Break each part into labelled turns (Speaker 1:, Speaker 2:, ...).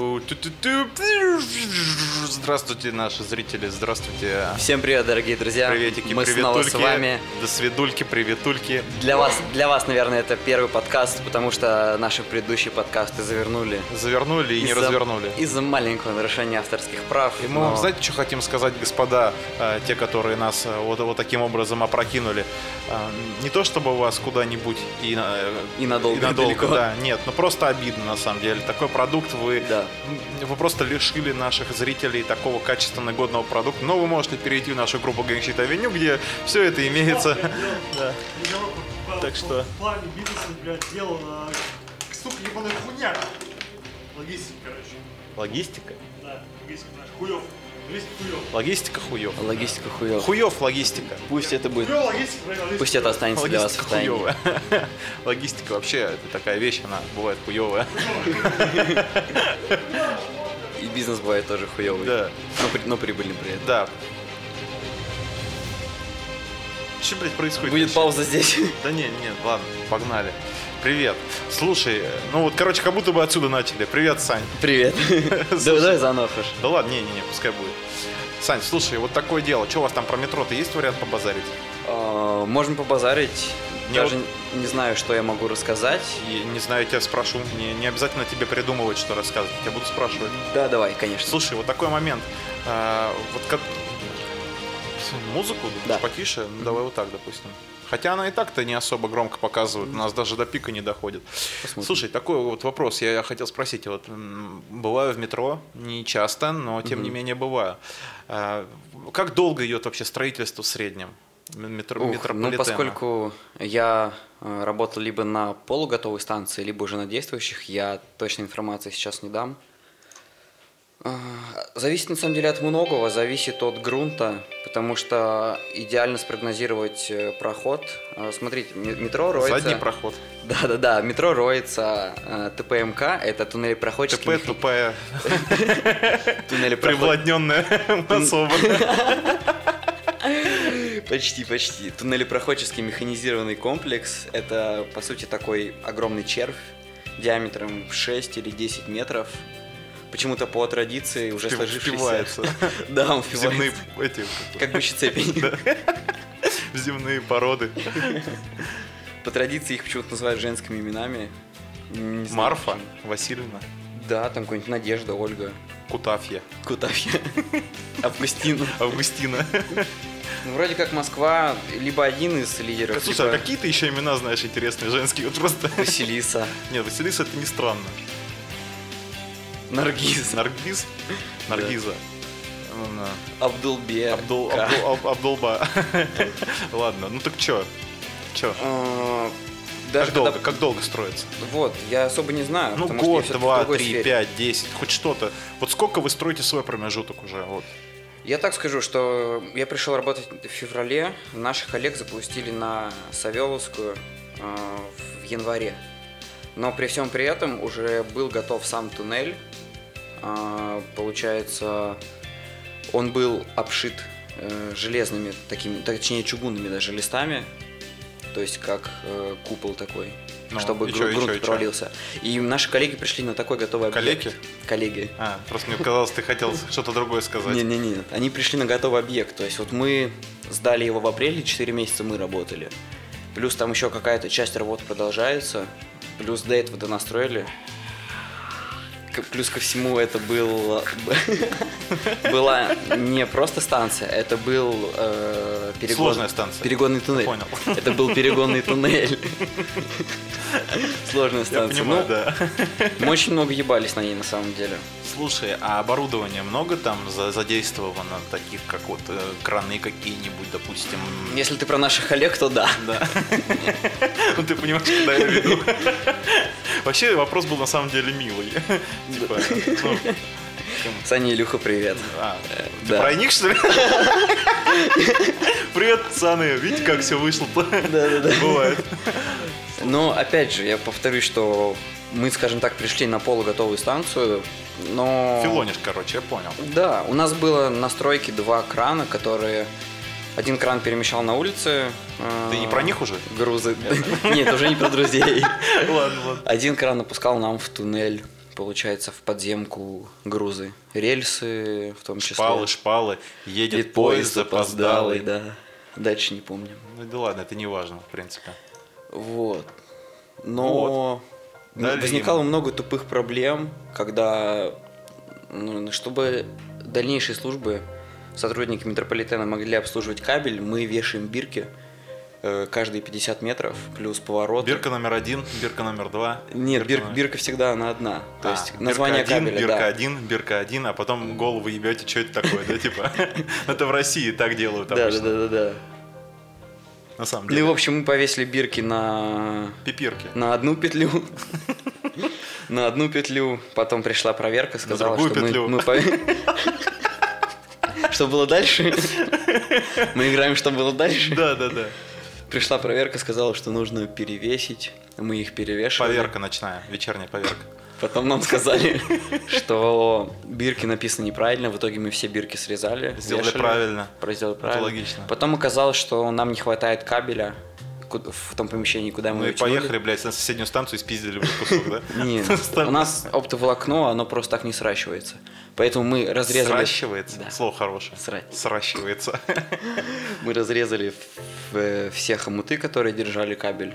Speaker 1: Ту-ту-ту. Здравствуйте, наши зрители, здравствуйте.
Speaker 2: Всем привет, дорогие друзья.
Speaker 1: Приветики,
Speaker 2: Мы снова с
Speaker 1: приветульки.
Speaker 2: вами.
Speaker 1: До свидульки, приветульки.
Speaker 2: Для вас, для вас, наверное, это первый подкаст, потому что наши предыдущие подкасты завернули.
Speaker 1: Завернули и не
Speaker 2: Из-за-
Speaker 1: развернули.
Speaker 2: Из-за маленького нарушения авторских прав.
Speaker 1: И мы
Speaker 2: но-
Speaker 1: вам, знаете, что хотим сказать, господа, э, те, которые нас э, вот, вот таким образом опрокинули? Э, Не то чтобы вас куда-нибудь и, на-
Speaker 2: И надолго,
Speaker 1: и надолго,
Speaker 2: далеко.
Speaker 1: да, нет, но просто обидно на самом деле. Такой продукт вы,
Speaker 2: Да.
Speaker 1: м, вы просто лишили наших зрителей такого качественно годного продукта. Но вы можете перейти в нашу группу Гангшит Авеню, где все это имеется. Да. Так
Speaker 3: Так
Speaker 1: что-
Speaker 3: что... В плане бизнеса, блядь, дело на... Сука, ебаная хуйня. Логистика, короче.
Speaker 1: Логистика?
Speaker 3: Да, логистика, знаешь, хуёв. Логистика хуёв.
Speaker 1: Логистика хуев.
Speaker 2: Логистика хуёва.
Speaker 1: Хуев логистика.
Speaker 2: Пусть это будет.
Speaker 3: Хуёв логистика, блядь, логистика.
Speaker 2: Пусть это останется для вас
Speaker 1: Логистика
Speaker 2: в тайне.
Speaker 1: хуевая. Логистика вообще это такая вещь, она бывает хуевая.
Speaker 2: И бизнес бывает тоже хуёвый.
Speaker 1: Да.
Speaker 2: Но, при- но прибыльный при этом.
Speaker 1: Да. Что, блядь, происходит?
Speaker 2: Будет
Speaker 1: вообще?
Speaker 2: пауза здесь.
Speaker 1: Да не, не, ладно, погнали. Привет. Слушай, ну вот, короче, как будто бы отсюда начали. Привет, Сань.
Speaker 2: Привет. Да,
Speaker 1: Слушай.
Speaker 2: давай заново, хорошо.
Speaker 1: Да ладно, не-не-не, пускай будет. Сань, слушай, вот такое дело. Что у вас там про метро-то есть вариант побазарить?
Speaker 2: А, Можем побазарить.
Speaker 1: Мне
Speaker 2: Даже не знаю, что я могу рассказать.
Speaker 1: И, не знаю, я тебя спрошу. Не, не обязательно тебе придумывать, что рассказывать. Я буду спрашивать.
Speaker 2: Да, давай, конечно.
Speaker 1: Слушай, вот такой момент. А, вот как... Музыку думаешь,
Speaker 2: Да.
Speaker 1: потише? Ну, давай вот так, допустим. Хотя она и так-то не особо громко показывает, у нас даже до пика не доходит.
Speaker 2: Посмотрим.
Speaker 1: Слушай, такой вот вопрос я хотел спросить. Вот м, бываю в метро, не часто, но тем не менее бываю. А, Как долго идет вообще строительство в среднем м- метро,
Speaker 2: Ух,
Speaker 1: метрополитена?
Speaker 2: ну, поскольку я э, работал либо на полуготовой станции, либо уже на действующих, я точной информации сейчас не дам. А, Зависит, на самом деле, от многого, зависит от грунта, потому что идеально спрогнозировать э, проход. А, Смотрите, ме- метро роется...
Speaker 1: Задний проход.
Speaker 2: Да-да-да, метро роется э, ТПМК, это туннели проходчики...
Speaker 1: ТП тупая,
Speaker 2: туннели проход-
Speaker 1: привладненная особо.
Speaker 2: Почти, почти. Туннелепроходческий механизированный комплекс – это, по сути, такой огромный червь диаметром в 6 или 10 метров. Почему-то по традиции уже сложившийся...
Speaker 1: Впивается.
Speaker 2: Да, он
Speaker 1: В Земные
Speaker 2: впивается.
Speaker 1: эти
Speaker 2: Как бы цепень.
Speaker 1: в земные породы.
Speaker 2: По традиции их почему-то называют женскими именами. Не знаю
Speaker 1: Марфа
Speaker 2: почему.
Speaker 1: Васильевна
Speaker 2: Да, там какой-нибудь Надежда, Ольга,
Speaker 1: Кутафья
Speaker 2: Кутафья, Августин.
Speaker 1: Августина.
Speaker 2: Ну, вроде как Москва либо один из лидеров, типа
Speaker 1: Слушай, а
Speaker 2: либо
Speaker 1: какие ты еще имена знаешь интересные женские? Вот просто...
Speaker 2: Василиса,
Speaker 1: Нет, Василиса это не странно.
Speaker 2: Наргиз,
Speaker 1: Наргиз? Наргиза. Ну, да.
Speaker 2: Абдулбе,
Speaker 1: Абдул-
Speaker 2: Ка.
Speaker 1: Абдул- Аб- Абдулба. Ладно, ну так чё? Чё?
Speaker 2: Э,
Speaker 1: Как
Speaker 2: Даже когда...
Speaker 1: долго, как долго строится?
Speaker 2: Вот, я особо не знаю.
Speaker 1: Ну,
Speaker 2: потому что я
Speaker 1: год,
Speaker 2: всё-таки в
Speaker 1: два,
Speaker 2: другой
Speaker 1: три,
Speaker 2: сфере.
Speaker 1: пять, десять, хоть что-то. Вот сколько вы строите свой промежуток уже? Вот.
Speaker 2: Я так скажу, что я пришел работать в феврале. Наших коллег запустили на Савеловскую э, в январе. Но при всем при этом уже был готов сам туннель. А, Получается, он был обшит э, железными, такими, точнее чугунными даже листами. То есть как э, купол такой,
Speaker 1: Ну,
Speaker 2: чтобы
Speaker 1: и
Speaker 2: гру-
Speaker 1: чё, и чё,
Speaker 2: грунт
Speaker 1: и чё?
Speaker 2: провалился. И наши коллеги пришли на такой готовый объект.
Speaker 1: Коллеги?
Speaker 2: Коллеги.
Speaker 1: А, просто мне казалось, ты хотел что-то другое сказать.
Speaker 2: Не-не-не, они пришли на готовый объект. То есть вот мы сдали его в апреле, 4 месяца мы работали. Плюс там еще какая-то часть работ продолжается. Плюс до этого донастроили. К- Плюс ко всему это был... была не просто станция, это был э, перегон-
Speaker 1: Сложная станция.
Speaker 2: перегонный туннель.
Speaker 1: Понял.
Speaker 2: Это был перегонный туннель. Сложная
Speaker 1: Я
Speaker 2: станция.
Speaker 1: понимаю,
Speaker 2: Ну,
Speaker 1: да.
Speaker 2: Мы очень много ебались на ней на самом деле.
Speaker 1: Слушай, а оборудование много там за- задействовано, таких как вот э, краны какие-нибудь, допустим?
Speaker 2: Если ты про наших коллег, то да.
Speaker 1: Да. Ну ты понимаешь, куда я веду. Вообще вопрос был на самом деле милый. Типа, ну,
Speaker 2: Саня Илюха, привет.
Speaker 1: а, ты
Speaker 2: да.
Speaker 1: про них, что ли? Привет, пацаны. Видите, как все вышло-то?
Speaker 2: Да-да-да.
Speaker 1: Бывает.
Speaker 2: Но опять же, я повторюсь, что мы, скажем так, пришли на полуготовую станцию, но...
Speaker 1: Филонишь, короче, я понял.
Speaker 2: Да, у нас было на стройке два крана, которые... Один кран перемещал на улице. э,
Speaker 1: Ты не про них уже?
Speaker 2: Грузы. Нет, уже не про друзей.
Speaker 1: Ладно, ладно.
Speaker 2: Один кран опускал нам в туннель. получается, в подземку грузы. Рельсы в том числе.
Speaker 1: Шпалы, шпалы, едет
Speaker 2: И
Speaker 1: поезд запоздалый.
Speaker 2: да. Дальше не помню.
Speaker 1: Ну да ладно, это не важно, в принципе.
Speaker 2: Вот. Но м,
Speaker 1: Долина.
Speaker 2: возникало много тупых проблем, когда, ну, чтобы дальнейшие службы, сотрудники метрополитена могли обслуживать кабель, мы вешаем бирки э, каждые 50 метров, плюс поворот.
Speaker 1: Бирка номер один, бирка номер два.
Speaker 2: Нет, бир-
Speaker 1: номер-
Speaker 2: бирка всегда она одна. То
Speaker 1: А,
Speaker 2: есть
Speaker 1: бирка
Speaker 2: название
Speaker 1: один,
Speaker 2: кабеля,
Speaker 1: Бирка
Speaker 2: да.
Speaker 1: один, бирка один, а потом голову ебете, что это такое, да, типа. Это в России так делают
Speaker 2: Да, да,
Speaker 1: обычно.
Speaker 2: да, да, да.
Speaker 1: На самом
Speaker 2: Ну и в
Speaker 1: деле.
Speaker 2: общем мы повесили бирки на
Speaker 1: Пипирки.
Speaker 2: на одну петлю, на одну петлю. Потом пришла проверка, сказала,
Speaker 1: другую
Speaker 2: что мы-
Speaker 1: петлю.
Speaker 2: мы пов- что было дальше? Мы играем, что было дальше.
Speaker 1: Да, да, да.
Speaker 2: Пришла проверка, сказала, что нужно перевесить. Мы их перевешивали.
Speaker 1: Поверка ночная, вечерняя поверка.
Speaker 2: Потом нам сказали, что бирки написаны неправильно. В итоге мы все бирки срезали.
Speaker 1: Сделали
Speaker 2: вешали.
Speaker 1: правильно.
Speaker 2: Про- Сделали правильно.
Speaker 1: логично.
Speaker 2: Потом оказалось, что нам не хватает кабеля ку- в том помещении, куда А мы
Speaker 1: Ну и
Speaker 2: его тянули.
Speaker 1: поехали, блядь, на соседнюю станцию и спиздили бы кусок, да?
Speaker 2: Нет, у нас оптоволокно, оно просто так не сращивается. Поэтому мы разрезали...
Speaker 1: Сращивается.
Speaker 2: Да.
Speaker 1: Слово хорошее.
Speaker 2: Срать.
Speaker 1: Сращивается.
Speaker 2: Мы разрезали в- э, все хомуты, которые держали кабель,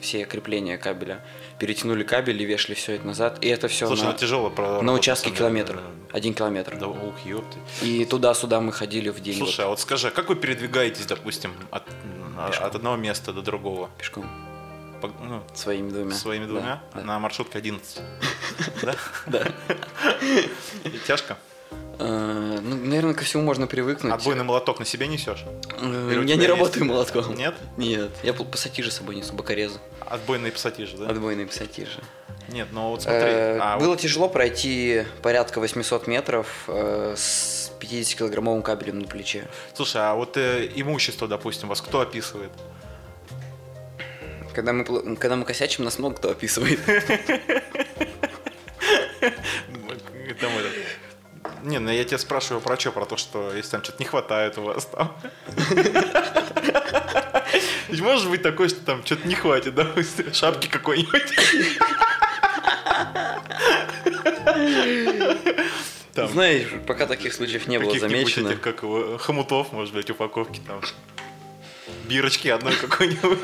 Speaker 2: все крепления кабеля, перетянули кабель и вешали все это назад. И это все
Speaker 1: Слушай,
Speaker 2: на,
Speaker 1: ну тяжело
Speaker 2: на
Speaker 1: про.
Speaker 2: участке километра, один километр.
Speaker 1: Да, ух, ёпты.
Speaker 2: И туда-сюда мы ходили в день
Speaker 1: Слушай, а вот скажи, а как вы передвигаетесь, допустим, от,
Speaker 2: Пешком.
Speaker 1: от одного места до другого?
Speaker 2: вот, пешком
Speaker 1: По- ну,
Speaker 2: своими двумя.
Speaker 1: своими двумя?
Speaker 2: Да, да.
Speaker 1: На маршрутке 11. Да? И
Speaker 2: Ну,
Speaker 1: Тяжко.
Speaker 2: Э, ну, наверное, ко всему можно привыкнуть.
Speaker 1: Отбойный молоток на себе несешь?
Speaker 2: Э,
Speaker 1: Или у
Speaker 2: Я
Speaker 1: тебя
Speaker 2: не
Speaker 1: есть?
Speaker 2: работаю молотком.
Speaker 1: Нет?
Speaker 2: Нет, я пл- пассатижи с собой несу, бокорезы,
Speaker 1: Отбойные пассатижи, да?
Speaker 2: отбойные пассатижи.
Speaker 1: Нет, ну вот смотри.
Speaker 2: Э,
Speaker 1: а
Speaker 2: Было
Speaker 1: вот-
Speaker 2: тяжело пройти порядка 800 метров э, с 50-килограммовым кабелем на плече.
Speaker 1: Слушай, а вот э, имущество, допустим, вас кто описывает?
Speaker 2: Когда мы, пл- когда мы косячим, нас много кто описывает.
Speaker 1: Там этот- Не, ну я тебя спрашиваю про что, про то, что если там что-то не хватает у вас там. Ведь может быть такое, что там что-то не хватит, допустим, шапки какой-нибудь. Там
Speaker 2: Знаешь, пока таких случаев не было
Speaker 1: каких-нибудь
Speaker 2: замечено.
Speaker 1: этих, как его, хомутов, может быть, упаковки там. Бирочки одной какой-нибудь.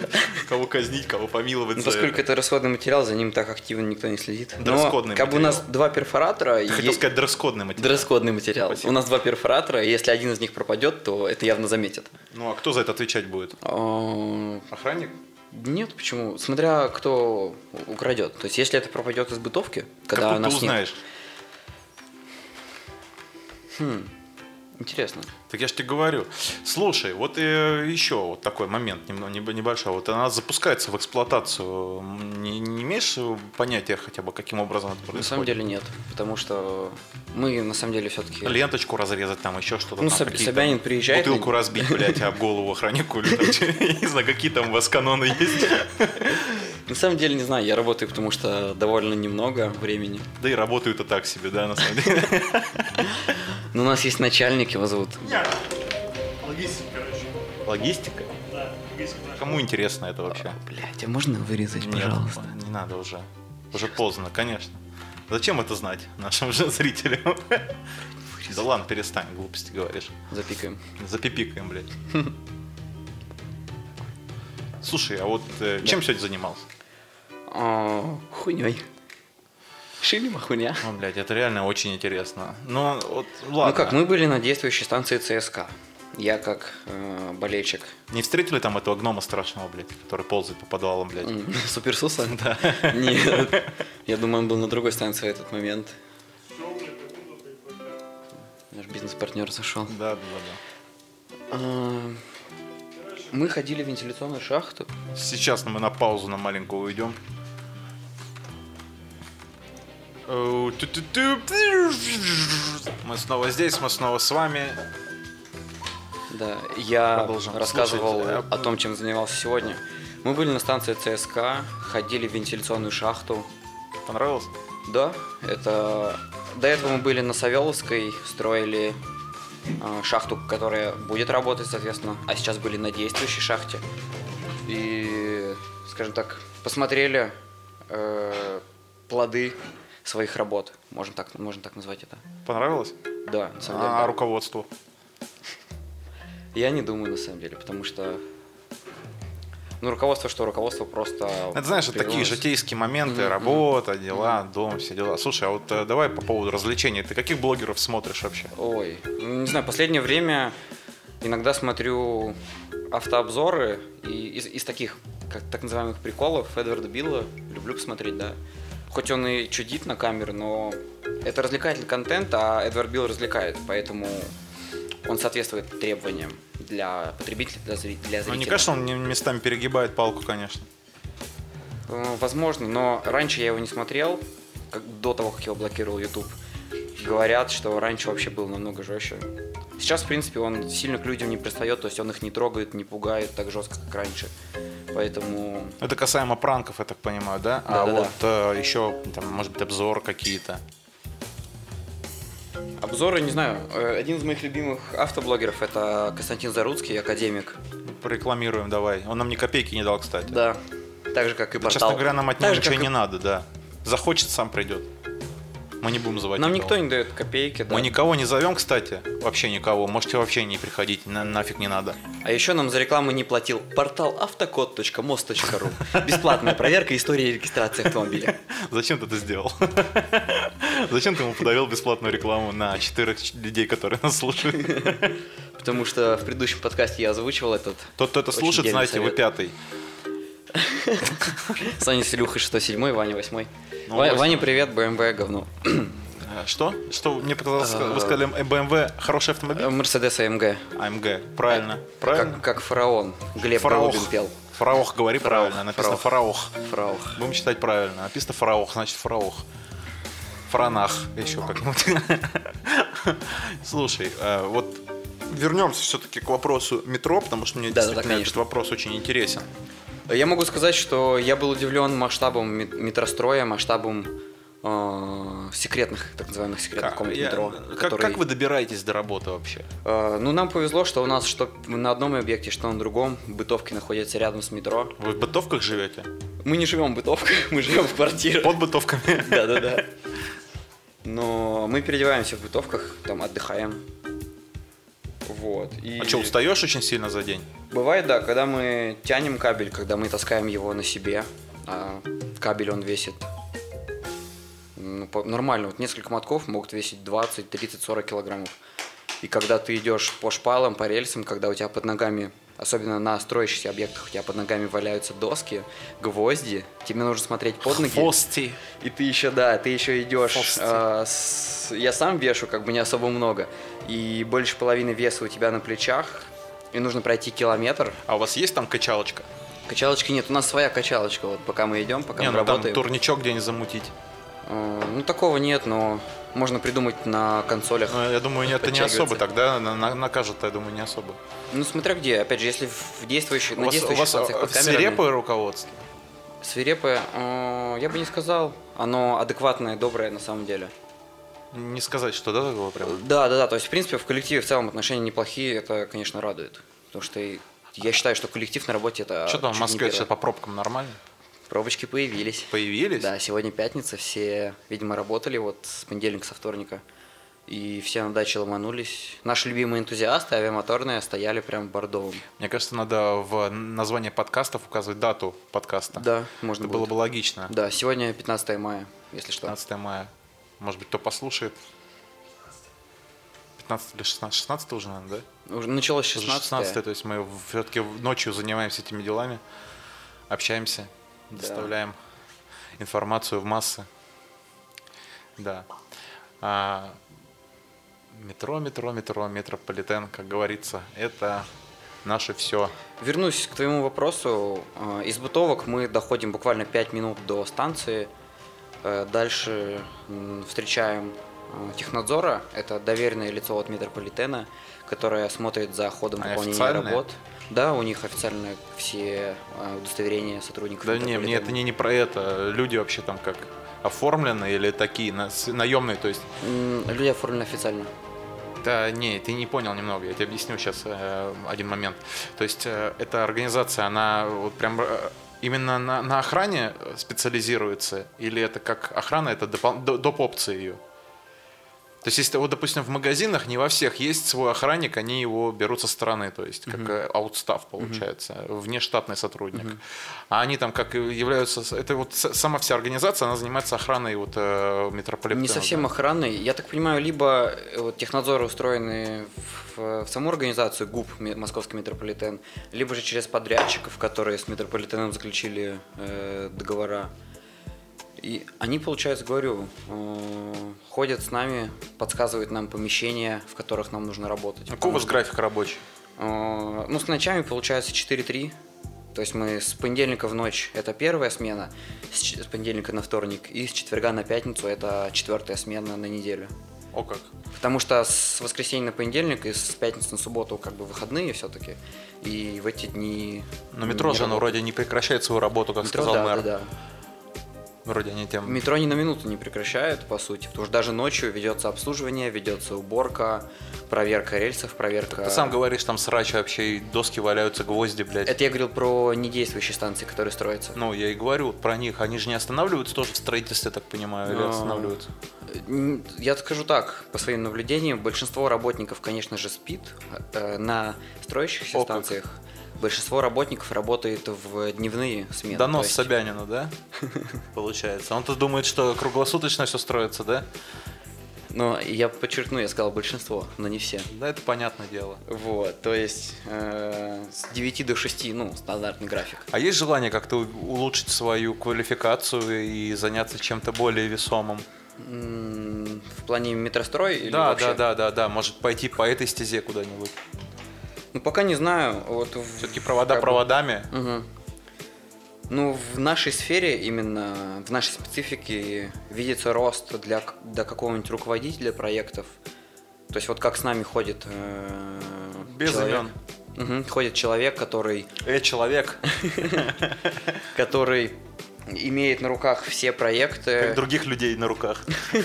Speaker 1: Кого казнить, кого помиловать.
Speaker 2: Ну,
Speaker 1: за
Speaker 2: поскольку
Speaker 1: это.
Speaker 2: это расходный материал, за ним так активно никто не следит.
Speaker 1: Дресс-кодный
Speaker 2: как бы у
Speaker 1: материал.
Speaker 2: нас два перфоратора...
Speaker 1: Ты
Speaker 2: е-
Speaker 1: хотел сказать дресс-кодный материал.
Speaker 2: Дресс-кодный материал.
Speaker 1: Спасибо.
Speaker 2: У нас два перфоратора, и если один из них пропадет, то это явно заметят.
Speaker 1: Ну а кто за это отвечать будет?
Speaker 2: Э,
Speaker 1: Охранник?
Speaker 2: Нет, почему? Смотря кто украдет. То есть, если это пропадет из бытовки, когда
Speaker 1: как тут ты
Speaker 2: нас нет.
Speaker 1: узнаешь?
Speaker 2: Интересно.
Speaker 1: Так я же тебе говорю. Слушай, вот э, еще вот такой момент немного- небо- небольшой. Вот она запускается в эксплуатацию. М, Не, не имеешь э, понятия хотя бы, каким образом это происходит?
Speaker 2: На самом деле нет, потому что мы на самом деле все-таки...
Speaker 1: Ленточку разрезать там, еще что-то.
Speaker 2: Ну,
Speaker 1: там,
Speaker 2: Соб-
Speaker 1: какие-то
Speaker 2: Собянин приезжает
Speaker 1: Бутылку
Speaker 2: на-
Speaker 1: разбить, блядь, об голову охраннику. или там че- Я не знаю, какие там у вас каноны есть.
Speaker 2: На самом деле не знаю, я работаю, потому что довольно немного времени.
Speaker 1: Да и работают это так себе, да, на самом деле.
Speaker 2: Но у нас есть начальник, его зовут.
Speaker 3: Нет. Логистика, короче.
Speaker 1: Логистика.
Speaker 3: Да, логистика наша.
Speaker 1: Кому интересно это вообще?
Speaker 2: Блять, а можно вырезать,
Speaker 1: Нет, ну,
Speaker 2: пожалуйста?
Speaker 1: Не надо уже. Уже поздно, конечно. Зачем это знать нашим же зрителям? Да ладно, перестань, глупости говоришь.
Speaker 2: Запикаем.
Speaker 1: Запипикаем, блядь. Слушай, а вот э, чем сегодня занимался?
Speaker 2: А, Хуйней. Шили махуня.
Speaker 1: Ну, блядь, это реально очень интересно. Ну, вот,
Speaker 2: Ну
Speaker 1: ладно.
Speaker 2: как, мы были на действующей станции ЦСКА. Я как э, болельщик
Speaker 1: Не встретили там этого гнома страшного, блядь, который ползает по подвалам, блядь?
Speaker 2: М, Ну, Суперсуса? Да. Нет. Я думаю, он был на другой станции в этот момент. Наш бизнес-партнер зашел.
Speaker 1: Да, да, да.
Speaker 2: А, Мы ходили в вентиляционную шахту.
Speaker 1: да. Сейчас мы на паузу на маленькую уйдем. Э, Мы снова здесь, мы снова с вами.
Speaker 2: Да, я
Speaker 1: Продолжим.
Speaker 2: рассказывал
Speaker 1: Слушайте, а-
Speaker 2: о том, чем занимался сегодня. Мы были на станции ЦСКА, ходили в вентиляционную шахту.
Speaker 1: Понравилось?
Speaker 2: Да, это... До этого мы были на Савеловской, строили э, шахту, которая будет работать, соответственно, а сейчас были на действующей шахте. И, скажем так, посмотрели э, плоды своих работ. Можно так, можно так назвать это.
Speaker 1: Понравилось?
Speaker 2: Да, на самом деле.
Speaker 1: А
Speaker 2: да.
Speaker 1: руководству?
Speaker 2: Я не думаю, на самом деле, потому что... Ну, руководство что? Руководство просто...
Speaker 1: Это, знаешь, вот такие
Speaker 2: привелось.
Speaker 1: житейские моменты,
Speaker 2: Мгм,
Speaker 1: работа, дела, дом, все дела. Слушай, а вот э, давай по поводу развлечений. Ты каких блогеров смотришь вообще?
Speaker 2: Ой, ну, не знаю, последнее время иногда смотрю автообзоры и из, из таких, как так называемых приколов Эдварда Билла. Люблю посмотреть, да. Хоть он и чудит на камеру, но это развлекательный контент, а Эдвард Билл развлекает, поэтому он соответствует требованиям для потребителя, для, зри- для
Speaker 1: Ну,
Speaker 2: зрителя.
Speaker 1: не кажется, он не- местами перегибает палку, конечно.
Speaker 2: Э, Возможно, но раньше я его не смотрел, как до того, как его блокировал YouTube. Говорят, что раньше вообще было намного жестче. Сейчас, в принципе, он сильно к людям не пристает, то есть он их не трогает, не пугает так жестко, как раньше. Поэтому
Speaker 1: Это касаемо пранков, я так понимаю, да? А
Speaker 2: Да-да-да.
Speaker 1: вот э, еще, там, может быть, обзор какие-то.
Speaker 2: обзоры, не знаю, э, один из моих любимых автоблогеров это Константин Заруцкий, академик.
Speaker 1: Порекламируем давай. Он нам ни копейки не дал, кстати.
Speaker 2: Да. Так же, как и портал.
Speaker 1: Честно говоря, нам от него
Speaker 2: Так же,
Speaker 1: ничего
Speaker 2: как и-
Speaker 1: не надо, да. Захочет, сам придет. Мы не будем звать.
Speaker 2: Нам
Speaker 1: никого.
Speaker 2: никто не дает копейки, да.
Speaker 1: Мы никого не зовем, кстати. Вообще никого. Можете вообще не приходить. на- нафиг не надо.
Speaker 2: А еще нам за рекламу не платил портал автокод.мост.ру. Бесплатная проверка истории регистрации автомобиля.
Speaker 1: Зачем ты это сделал? Зачем ты ему подарил бесплатную рекламу на четырех ч- людей, которые нас слушают?
Speaker 2: Потому что в предыдущем подкасте я озвучивал этот.
Speaker 1: Тот, кто это
Speaker 2: Очень
Speaker 1: слушает,
Speaker 2: дельный
Speaker 1: знаете, вы
Speaker 2: совет.
Speaker 1: пятый.
Speaker 2: Саня Селюха 6-7, Ваня 8.
Speaker 1: Ну,
Speaker 2: Ва-
Speaker 1: восемь.
Speaker 2: Ваня, привет, БМВ говно.
Speaker 1: Э, Что? Что мне показалось?
Speaker 2: А.
Speaker 1: Вы сказали, э, BMW хороший
Speaker 2: Э,
Speaker 1: автомобиль?
Speaker 2: Мерседес АМГ.
Speaker 1: АМГ. Правильно. Правильно.
Speaker 2: Как, как фараон. Глеб
Speaker 1: Фараох.
Speaker 2: Голубин пел.
Speaker 1: Фараох, говори
Speaker 2: Фараох,
Speaker 1: правильно. Написано фараох.
Speaker 2: Фараох.
Speaker 1: Будем читать правильно. Написано фараох, значит фараох. Франах еще как-нибудь. Слушай, э, вот вернемся все-таки к вопросу метро, потому что мне
Speaker 2: Да-да-да,
Speaker 1: действительно этот
Speaker 2: конечно.
Speaker 1: вопрос очень интересен.
Speaker 2: Я могу сказать, что я был удивлен масштабом мет- метростроя, масштабом э, секретных, так называемых секретных
Speaker 1: Как-
Speaker 2: комнат
Speaker 1: я-
Speaker 2: метро.
Speaker 1: как-
Speaker 2: которые-
Speaker 1: как вы добираетесь до работы вообще?
Speaker 2: Э, ну, нам повезло, что у нас что на одном объекте, что на другом. Бытовки находятся рядом с метро.
Speaker 1: Вы в бытовках живете?
Speaker 2: Мы не живем в бытовках, мы живем в квартирах.
Speaker 1: Под бытовками?
Speaker 2: Да-да-да. Но мы переодеваемся в бытовках, там отдыхаем. Вот. И
Speaker 1: А что, устаешь очень сильно за день?
Speaker 2: Бывает, да, когда мы тянем кабель, когда мы таскаем его на себе, а кабель он весит ну, по- нормально, вот несколько мотков могут весить 20, 30, 40 килограммов. И когда ты идешь по шпалам, по рельсам, когда у тебя под ногами, особенно на строящихся объектах, у тебя под ногами валяются доски, гвозди, тебе нужно смотреть под ноги.
Speaker 1: Фости.
Speaker 2: И ты еще, да, ты еще идешь.
Speaker 1: Слушайте.
Speaker 2: а, с- я сам вешу как бы не особо много. И больше половины веса у тебя на плечах. И нужно пройти километр.
Speaker 1: А у вас есть там качалочка?
Speaker 2: Качалочки нет, у нас своя качалочка. Вот пока мы идем, пока
Speaker 1: Не,
Speaker 2: мы
Speaker 1: ну там
Speaker 2: работаем.
Speaker 1: турничок где-нибудь замутить.
Speaker 2: Э, ну такого нет, но можно придумать на консолях.
Speaker 1: Ну, я думаю, это не
Speaker 2: Подтягивается.
Speaker 1: особо тогда на- на- накажут, я думаю, не особо.
Speaker 2: Ну смотря где, опять же, если в действующих,
Speaker 1: У
Speaker 2: на
Speaker 1: вас, у
Speaker 2: действующих
Speaker 1: вас
Speaker 2: станциях
Speaker 1: а,
Speaker 2: под камерами-
Speaker 1: свирепое руководство?
Speaker 2: свирепое, э, я бы не сказал, оно адекватное, доброе на самом деле.
Speaker 1: Не сказать, что да, такого прям.
Speaker 2: Да, да, да. То есть, в принципе, в коллективе в целом отношения неплохие, это, конечно, радует. Потому что и- я считаю, что коллектив на работе это.
Speaker 1: что там в
Speaker 2: чуть не
Speaker 1: Москве
Speaker 2: первое.
Speaker 1: сейчас по пробкам нормально?
Speaker 2: Пробочки появились.
Speaker 1: Появились?
Speaker 2: Да, сегодня пятница, все, видимо, работали вот с понедельника, со вторника. И все на даче ломанулись. Наши любимые энтузиасты авиамоторные стояли прям бордовым.
Speaker 1: Мне кажется, надо в название подкастов указывать дату подкаста.
Speaker 2: Да,
Speaker 1: Это
Speaker 2: можно
Speaker 1: было
Speaker 2: было
Speaker 1: бы логично.
Speaker 2: Да, сегодня 15 мая, если что.
Speaker 1: 15 мая. Может быть, кто послушает. 15 или 16? 16 уже, наверное, да?
Speaker 2: Уже началось 16.
Speaker 1: 16 то есть мы все-таки ночью занимаемся этими делами, общаемся, доставляем информацию в массы. Да. А, метро, метро, метро, метрополитен, как говорится, это наше все.
Speaker 2: Вернусь к твоему вопросу. Э, Из бытовок мы доходим буквально 5 минут до станции. Э, Дальше м, встречаем э, технадзора. Это доверенное лицо от метрополитена, которое смотрит за ходом
Speaker 1: Они
Speaker 2: выполнения
Speaker 1: официальные?
Speaker 2: работ. Да, у них официально все э, удостоверения сотрудников
Speaker 1: Да не, мне
Speaker 2: метрополитена.
Speaker 1: это не, не про это. Люди вообще там как оформлены или такие на- с- наемные, то есть
Speaker 2: М, Люди оформлены официально.
Speaker 1: Да, не, ты не понял немного. Я тебе объясню сейчас один момент. То есть э, эта организация, она вот прям э, именно на, на охране специализируется? Или это как охрана, это допол- до- доп. опция ее? То есть, если, вот, допустим, в магазинах не во всех есть свой охранник, они его берут со стороны, то есть, как э, аутстав получается, внештатный сотрудник. А они там как и являются, с- это вот с- сама вся организация, она занимается охраной вот э, метрополитена.
Speaker 2: Не совсем
Speaker 1: да?
Speaker 2: охраной. Я так понимаю, либо э, вот, технадзоры устроены в, в саму организацию ГУП Ме- Московский метрополитен, либо же через подрядчиков, которые с метрополитеном заключили э, договора. И они, получается, говорю, э, ходят с нами, подсказывают нам помещения, в которых нам нужно работать.
Speaker 1: Какой у
Speaker 2: Потому
Speaker 1: вас график рабочий?
Speaker 2: Э, Ну, с ночами получается 4-3. То есть мы с понедельника в ночь это первая смена, с ч- с понедельника на вторник, и с четверга на пятницу это четвертая смена на неделю.
Speaker 1: О как.
Speaker 2: Потому что с воскресенья на понедельник и с пятницы на субботу как бы выходные все-таки. И в эти дни...
Speaker 1: Но Ну, метро
Speaker 2: не
Speaker 1: же оно
Speaker 2: работает.
Speaker 1: вроде не прекращает свою работу, как
Speaker 2: ну, Метро,
Speaker 1: сказал
Speaker 2: да,
Speaker 1: мэр.
Speaker 2: да, да.
Speaker 1: Вроде они тем...
Speaker 2: Метро ни на минуту не прекращает, по сути, потому что даже ночью ведется обслуживание, ведется уборка, проверка рельсов, проверка...
Speaker 1: Ты сам говоришь, там срач вообще, и доски валяются, гвозди, блядь.
Speaker 2: Это я говорил про недействующие станции, которые строятся.
Speaker 1: Ну, я и говорю про них. Они же не останавливаются тоже в строительстве, так понимаю, или
Speaker 2: А.
Speaker 1: останавливаются?
Speaker 2: Н- Я скажу так, по своим наблюдениям, большинство работников, конечно же, спит э, на
Speaker 1: О,
Speaker 2: строящихся
Speaker 1: как.
Speaker 2: станциях. Большинство работников работает в дневные смены.
Speaker 1: Донос
Speaker 2: то есть-
Speaker 1: Собянину, да? Получается. Он-то думает, что круглосуточно все строится, да?
Speaker 2: Но ну, я подчеркну, я сказал большинство, но не все.
Speaker 1: Да, это понятное дело.
Speaker 2: Вот, то есть э, с 9 до 6, ну, стандартный график.
Speaker 1: А есть желание как-то у- улучшить свою квалификацию и заняться чем-то более весомым?
Speaker 2: М, В плане метростроя или
Speaker 1: да,
Speaker 2: вообще?
Speaker 1: да, да, да, да. Может пойти по этой стезе куда-нибудь.
Speaker 2: Ну, пока не знаю. Вот в-
Speaker 1: Все-таки провода
Speaker 2: как бы-
Speaker 1: проводами.
Speaker 2: Мгм. Ну, в нашей сфере, именно в нашей специфике, видится рост для, к- для какого-нибудь руководителя проектов. То есть вот как с нами ходит... э,
Speaker 1: Без
Speaker 2: человек. Мгм, ходит человек, который,
Speaker 1: Э, человек,
Speaker 2: который имеет на руках все проекты.
Speaker 1: как других людей на руках.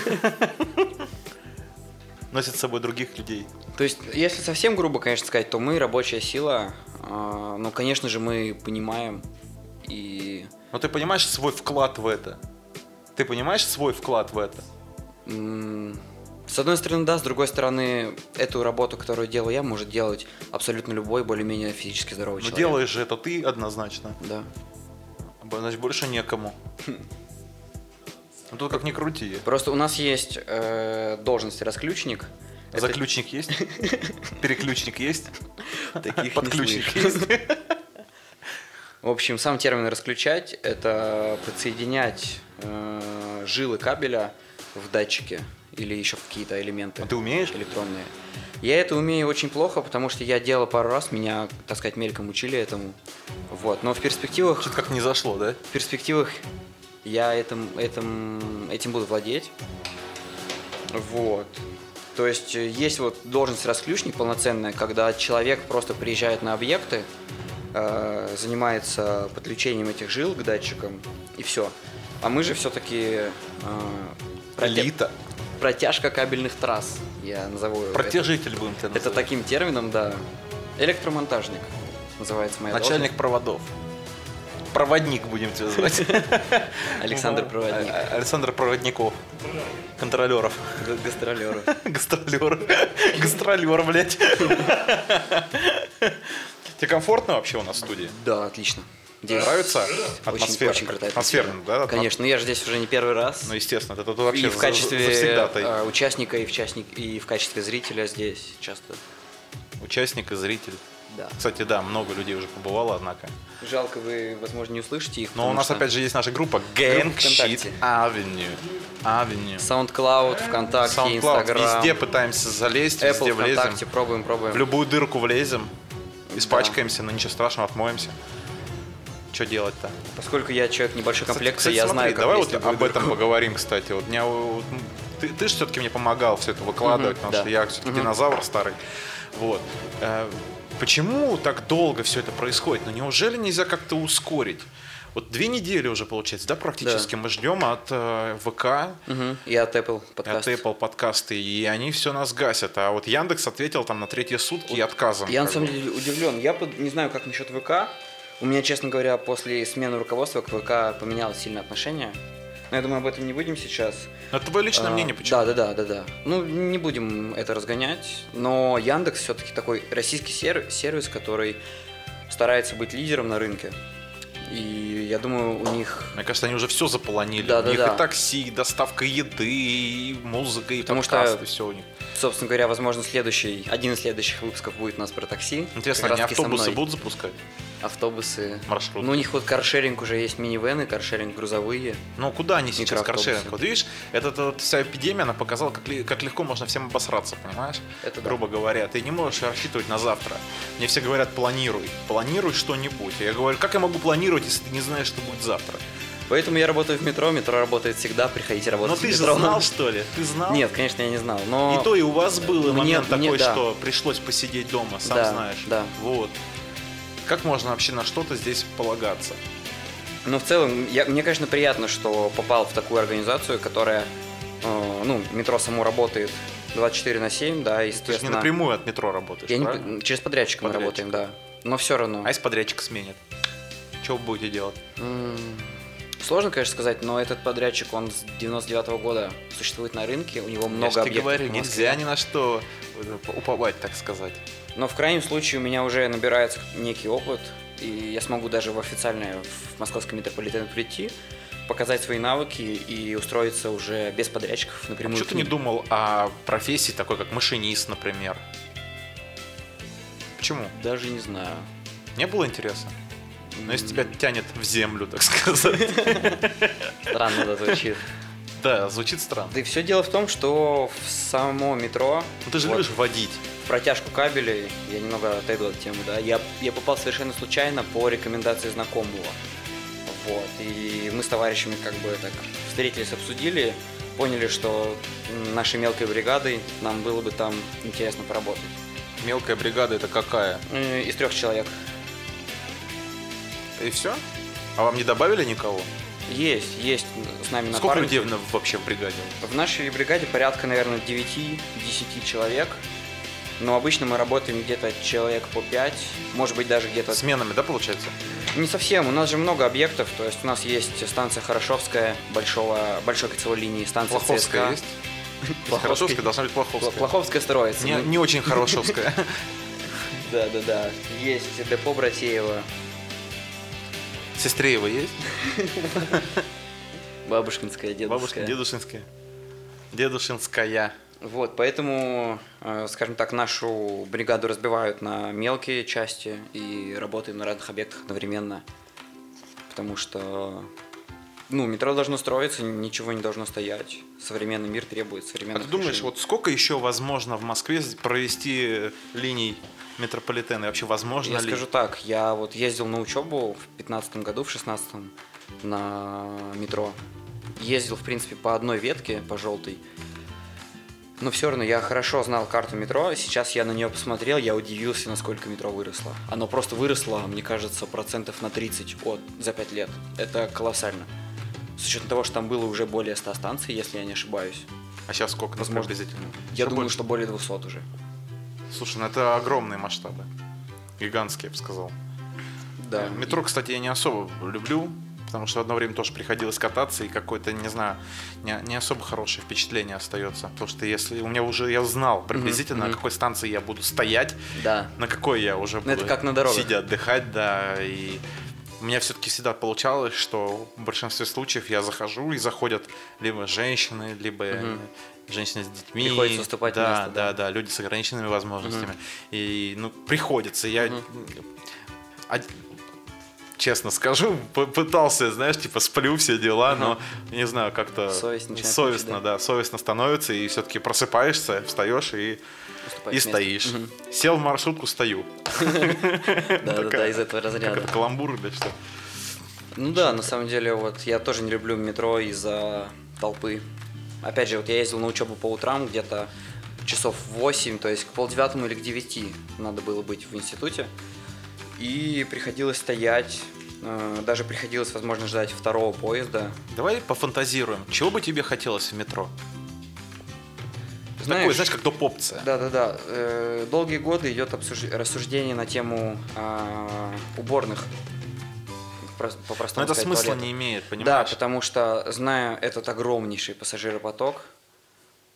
Speaker 1: Носит с собой других людей.
Speaker 2: То есть, если совсем грубо, конечно, сказать, то мы рабочая сила. э, но, конечно же, мы понимаем и...
Speaker 1: Но ты понимаешь свой вклад в это? Ты понимаешь свой вклад в это?
Speaker 2: М, С одной стороны, да, с другой стороны, эту работу, которую делаю я, может делать абсолютно любой более-менее физически здоровый
Speaker 1: Но
Speaker 2: человек.
Speaker 1: Ну, делаешь же это ты однозначно.
Speaker 2: Да.
Speaker 1: Бо- Значит, больше некому. Ну тут как ни крути.
Speaker 2: Просто у нас есть э, должность расключник. Это-
Speaker 1: Заключник есть? Переключник есть?
Speaker 2: Таких не
Speaker 1: Подключник
Speaker 2: слышно.
Speaker 1: есть?
Speaker 2: В общем, сам термин «расключать» — это подсоединять э, жилы кабеля в датчике или еще в какие-то элементы.
Speaker 1: А ты умеешь?
Speaker 2: электронные. Я это умею очень плохо, потому что я делал пару раз, меня, так сказать, мельком учили этому. Вот, но в перспективах...
Speaker 1: Что-то как не зашло, да?
Speaker 2: в перспективах я этим, этим, этим буду владеть. Вот. То есть э, есть вот должность расключник полноценная, когда человек просто приезжает на объекты, э, занимается подключением этих жил к датчикам и все. А мы же все-таки
Speaker 1: Элита.
Speaker 2: протяжка кабельных трасс, я назову это.
Speaker 1: Протяжитель будем тебя
Speaker 2: Это
Speaker 1: называть.
Speaker 2: таким термином, да. Электромонтажник называется моя
Speaker 1: Начальник проводов. Проводник будем тебя звать.
Speaker 2: должность. Александр Проводник.
Speaker 1: А- а- Александр Проводников. Контролеров.
Speaker 2: га- Гастролеров.
Speaker 1: Гастролер. Гастролер, блядь. Тебе комфортно вообще у нас в студии?
Speaker 2: Да, отлично. Здесь
Speaker 1: Нравится?
Speaker 2: очень-
Speaker 1: Атмосфера.
Speaker 2: очень крутая
Speaker 1: Атмосферно, да?
Speaker 2: Конечно, ну я же здесь уже не первый раз.
Speaker 1: Ну, естественно, это тут вообще
Speaker 2: и в качестве
Speaker 1: завсегдатай.
Speaker 2: э, участника, и в, частник- и в качестве зрителя здесь часто.
Speaker 1: Участник и зритель.
Speaker 2: Да.
Speaker 1: Кстати, да, много людей уже побывало, однако.
Speaker 2: Жалко, вы, возможно, не услышите их.
Speaker 1: Но у нас опять же есть наша группа Gang
Speaker 2: ВКонтакте.
Speaker 1: Shit Avenue. Avenue.
Speaker 2: SoundCloud, ВКонтакте,
Speaker 1: SoundCloud.
Speaker 2: Instagram.
Speaker 1: Везде пытаемся залезть,
Speaker 2: Apple,
Speaker 1: везде влезем.
Speaker 2: ВКонтакте, пробуем, пробуем.
Speaker 1: В любую дырку влезем. Испачкаемся, но ничего страшного, отмоемся. Что делать-то?
Speaker 2: Поскольку я человек небольшой комплекции,
Speaker 1: Кстати,
Speaker 2: я
Speaker 1: смотри,
Speaker 2: знаю, как
Speaker 1: давай
Speaker 2: лезть
Speaker 1: вот
Speaker 2: в любую
Speaker 1: об этом
Speaker 2: дырку.
Speaker 1: поговорим, кстати. Вот меня, вот, м, ты, же все-таки мне помогал все это выкладывать,
Speaker 2: Мгм,
Speaker 1: потому
Speaker 2: да.
Speaker 1: что я все-таки
Speaker 2: Мгм.
Speaker 1: динозавр старый. Вот. Э, Почему так долго все это происходит? Ну неужели нельзя как-то ускорить? Вот две недели уже получается, да, практически мы ждем от э, ВК,
Speaker 2: Мгм. И от Apple подкаст.
Speaker 1: от Apple подкасты, и они все нас гасят. А вот Яндекс ответил там на третьи сутки и отказом.
Speaker 2: Я на
Speaker 1: как
Speaker 2: самом
Speaker 1: бы.
Speaker 2: деле удивлен. Я под- не знаю, как насчет ВК. У меня, честно говоря, после смены руководства к ВК поменялось сильно отношение. Но я думаю, об этом не будем сейчас.
Speaker 1: Это твое личное
Speaker 2: А,
Speaker 1: мнение, почему?
Speaker 2: Да, да, да, да, да. Ну, не будем это разгонять. Но Яндекс все-таки такой российский сер- сервис, который старается быть лидером на рынке. И я думаю, у них
Speaker 1: Мне кажется, они уже все заполонили.
Speaker 2: Да,
Speaker 1: у
Speaker 2: да,
Speaker 1: них
Speaker 2: да.
Speaker 1: и такси, и доставка еды, и музыка, и
Speaker 2: Потому что-
Speaker 1: подкасты, все у них.
Speaker 2: Собственно говоря, возможно, следующий, один из следующих выпусков будет у нас про такси.
Speaker 1: Интересно,
Speaker 2: Как
Speaker 1: они
Speaker 2: раз-таки со
Speaker 1: автобусы
Speaker 2: мной.
Speaker 1: будут запускать?
Speaker 2: Автобусы.
Speaker 1: Маршрут.
Speaker 2: Ну, у них вот каршеринг уже есть минивены, каршеринг грузовые.
Speaker 1: Ну, куда они сейчас,
Speaker 2: Микроавтобусы.
Speaker 1: каршеринг? Вот видишь, эта вот вся эпидемия, она показала, как, ли- как легко можно всем обосраться, понимаешь?
Speaker 2: Это да.
Speaker 1: Грубо говоря, ты не можешь рассчитывать на завтра. Мне все говорят, планируй, планируй что-нибудь. Я говорю, как я могу планировать, если ты не знаешь, что будет завтра?
Speaker 2: Поэтому я работаю в метро, метро работает всегда, приходите
Speaker 1: Но
Speaker 2: работать в
Speaker 1: ты же
Speaker 2: метро.
Speaker 1: знал, что ли? Ты знал?
Speaker 2: Нет, конечно, я не знал, но...
Speaker 1: И то и у вас был и
Speaker 2: Мне-
Speaker 1: момент
Speaker 2: мне-
Speaker 1: такой,
Speaker 2: да.
Speaker 1: что пришлось посидеть дома, сам
Speaker 2: Да,
Speaker 1: знаешь.
Speaker 2: да.
Speaker 1: Вот. Как можно вообще на что-то здесь полагаться?
Speaker 2: Но в целом, я- мне, конечно, приятно, что попал в такую организацию, которая, э, ну, метро само работает 24 на 7, да,
Speaker 1: Ты же
Speaker 2: и,
Speaker 1: не
Speaker 2: соответственно...
Speaker 1: напрямую от метро работаешь,
Speaker 2: Я не- ну.
Speaker 1: правильно?
Speaker 2: Через подрядчика мы
Speaker 1: Подрядчик.
Speaker 2: работаем, да. Но все равно.
Speaker 1: А если подрядчик сменит? Что вы будете делать?
Speaker 2: М, Сложно, конечно, сказать, но этот подрядчик, он с 99 года существует на рынке, у него
Speaker 1: Я
Speaker 2: много
Speaker 1: ж тебе
Speaker 2: объектов
Speaker 1: говорю,
Speaker 2: в Москве.
Speaker 1: нельзя ни на что э, уповать, так сказать.
Speaker 2: Но в крайнем случае у меня уже набирается некий опыт, и я смогу даже в официальное, в московский метрополитен прийти, показать свои навыки и устроиться уже без подрядчиков напрямую.
Speaker 1: Почему
Speaker 2: к
Speaker 1: ты не
Speaker 2: ним.
Speaker 1: думал о профессии такой, как машинист, например? Почему?
Speaker 2: Даже не знаю.
Speaker 1: Не было интересно? Но Ну, если тебя тянет в землю, так сказать.
Speaker 2: Странно это звучит.
Speaker 1: Да, звучит странно.
Speaker 2: Да и все дело в том, что в само метро...
Speaker 1: Ну, ты же
Speaker 2: вот,
Speaker 1: любишь водить.
Speaker 2: протяжку кабелей, я немного отойду от темы, да, я, я попал совершенно случайно по рекомендации знакомого. Вот, и мы с товарищами как бы так встретились, обсудили, поняли, что м, нашей мелкой бригадой нам было бы там интересно поработать.
Speaker 1: Мелкая бригада это какая?
Speaker 2: Э, Из трех человек.
Speaker 1: И все? А вам не добавили никого?
Speaker 2: Есть, есть с нами
Speaker 1: Сколько
Speaker 2: напарники.
Speaker 1: людей в- вообще в бригаде?
Speaker 2: В нашей бригаде порядка, наверное, 9-10 человек. Но обычно мы работаем где-то человек по 5, может быть, даже где-то
Speaker 1: Сменами, да, получается?
Speaker 2: Не совсем, у нас же много объектов, то есть у нас есть станция Хорошевская, большого, большой кольцевой линии, станция
Speaker 1: Плоховская
Speaker 2: ЦСКА.
Speaker 1: есть? Если
Speaker 2: Плоховский.
Speaker 1: Хорошовская должна быть
Speaker 2: Пла-
Speaker 1: Плоховская.
Speaker 2: Плоховская строится.
Speaker 1: Не,
Speaker 2: Ну,
Speaker 1: не очень хорошевская.
Speaker 2: Да, да, да. Есть депо Братеева,
Speaker 1: Сестреева есть?
Speaker 2: Бабушкинская, Дедовская.
Speaker 1: Бабушка дедушинская. Дедушинская.
Speaker 2: Вот, поэтому, э, скажем так, нашу бригаду разбивают на мелкие части и работаем на разных объектах одновременно. Потому что, ну, метро должно строиться, ничего не должно стоять. Современный мир требует
Speaker 1: А
Speaker 2: современных
Speaker 1: ты думаешь,
Speaker 2: решений.
Speaker 1: вот сколько еще возможно в Москве провести э, линий метрополитена? И вообще возможно
Speaker 2: Я
Speaker 1: ли?
Speaker 2: скажу так, я вот ездил на учебу в 15 году, в 16 на метро. Ездил, в принципе, по одной ветке, по желтой. Но все равно я хорошо знал карту метро. Сейчас я на нее посмотрел, я удивился, насколько метро выросло. Оно просто выросло, мне кажется, процентов на 30 от, за 5 лет. Это колоссально. С учетом того, что там было уже более 100 станций, если я не ошибаюсь.
Speaker 1: А сейчас сколько? Ну,
Speaker 2: возможно.
Speaker 1: приблизительно.
Speaker 2: Я
Speaker 1: Что
Speaker 2: думаю,
Speaker 1: больше?
Speaker 2: что более 200 уже.
Speaker 1: Слушай, ну это огромные масштабы. Гигантские, я бы сказал.
Speaker 2: Да.
Speaker 1: Э, Метро, кстати, я не особо люблю, потому что одно время тоже приходилось кататься, и какое-то, не знаю, не, не особо хорошее впечатление остается. Потому что если у меня уже, я знал приблизительно, на
Speaker 2: мгм.
Speaker 1: какой станции я буду стоять,
Speaker 2: Да.
Speaker 1: на какой я уже
Speaker 2: Ну,
Speaker 1: буду
Speaker 2: это как на дорогах.
Speaker 1: сидя отдыхать, да, и у меня все-таки всегда получалось, что в большинстве случаев я захожу и заходят либо женщины, либо
Speaker 2: Мгм.
Speaker 1: женщины с детьми.
Speaker 2: Приходится уступать
Speaker 1: да,
Speaker 2: место,
Speaker 1: да,
Speaker 2: да.
Speaker 1: да, люди с ограниченными возможностями. И ну приходится. Я од- честно скажу, п- пытался, знаешь, типа сплю все дела, но не знаю, как-то
Speaker 2: Совесть начинает
Speaker 1: совестно,
Speaker 2: мучить,
Speaker 1: да? совестно становится, и все-таки просыпаешься, встаешь и,
Speaker 2: Уступать
Speaker 1: и
Speaker 2: место.
Speaker 1: стоишь. Сел в маршрутку, стою.
Speaker 2: Да, да, да,
Speaker 1: такая-
Speaker 2: из этого
Speaker 1: Как
Speaker 2: разряда.
Speaker 1: это, каламбур или что?
Speaker 2: Ну да, на самом деле, вот я тоже не люблю метро из-за толпы. Опять же, вот я ездил на учебу по утрам где-то часов 8, то есть к полдевятому или к 9 надо было быть в институте. И приходилось стоять, э, даже приходилось, возможно, ждать второго поезда.
Speaker 1: Давай пофантазируем. Чего бы тебе хотелось в метро? Такое, знаешь, как доп. опция.
Speaker 2: Да-да-да. э, долгие годы идет обсуж- рассуждение на тему а, уборных. прос-
Speaker 1: Но
Speaker 2: по-простому
Speaker 1: это
Speaker 2: сказать,
Speaker 1: смысла
Speaker 2: туалетов.
Speaker 1: не имеет,
Speaker 2: Да,
Speaker 1: понимаешь?
Speaker 2: потому что, зная этот огромнейший пассажиропоток,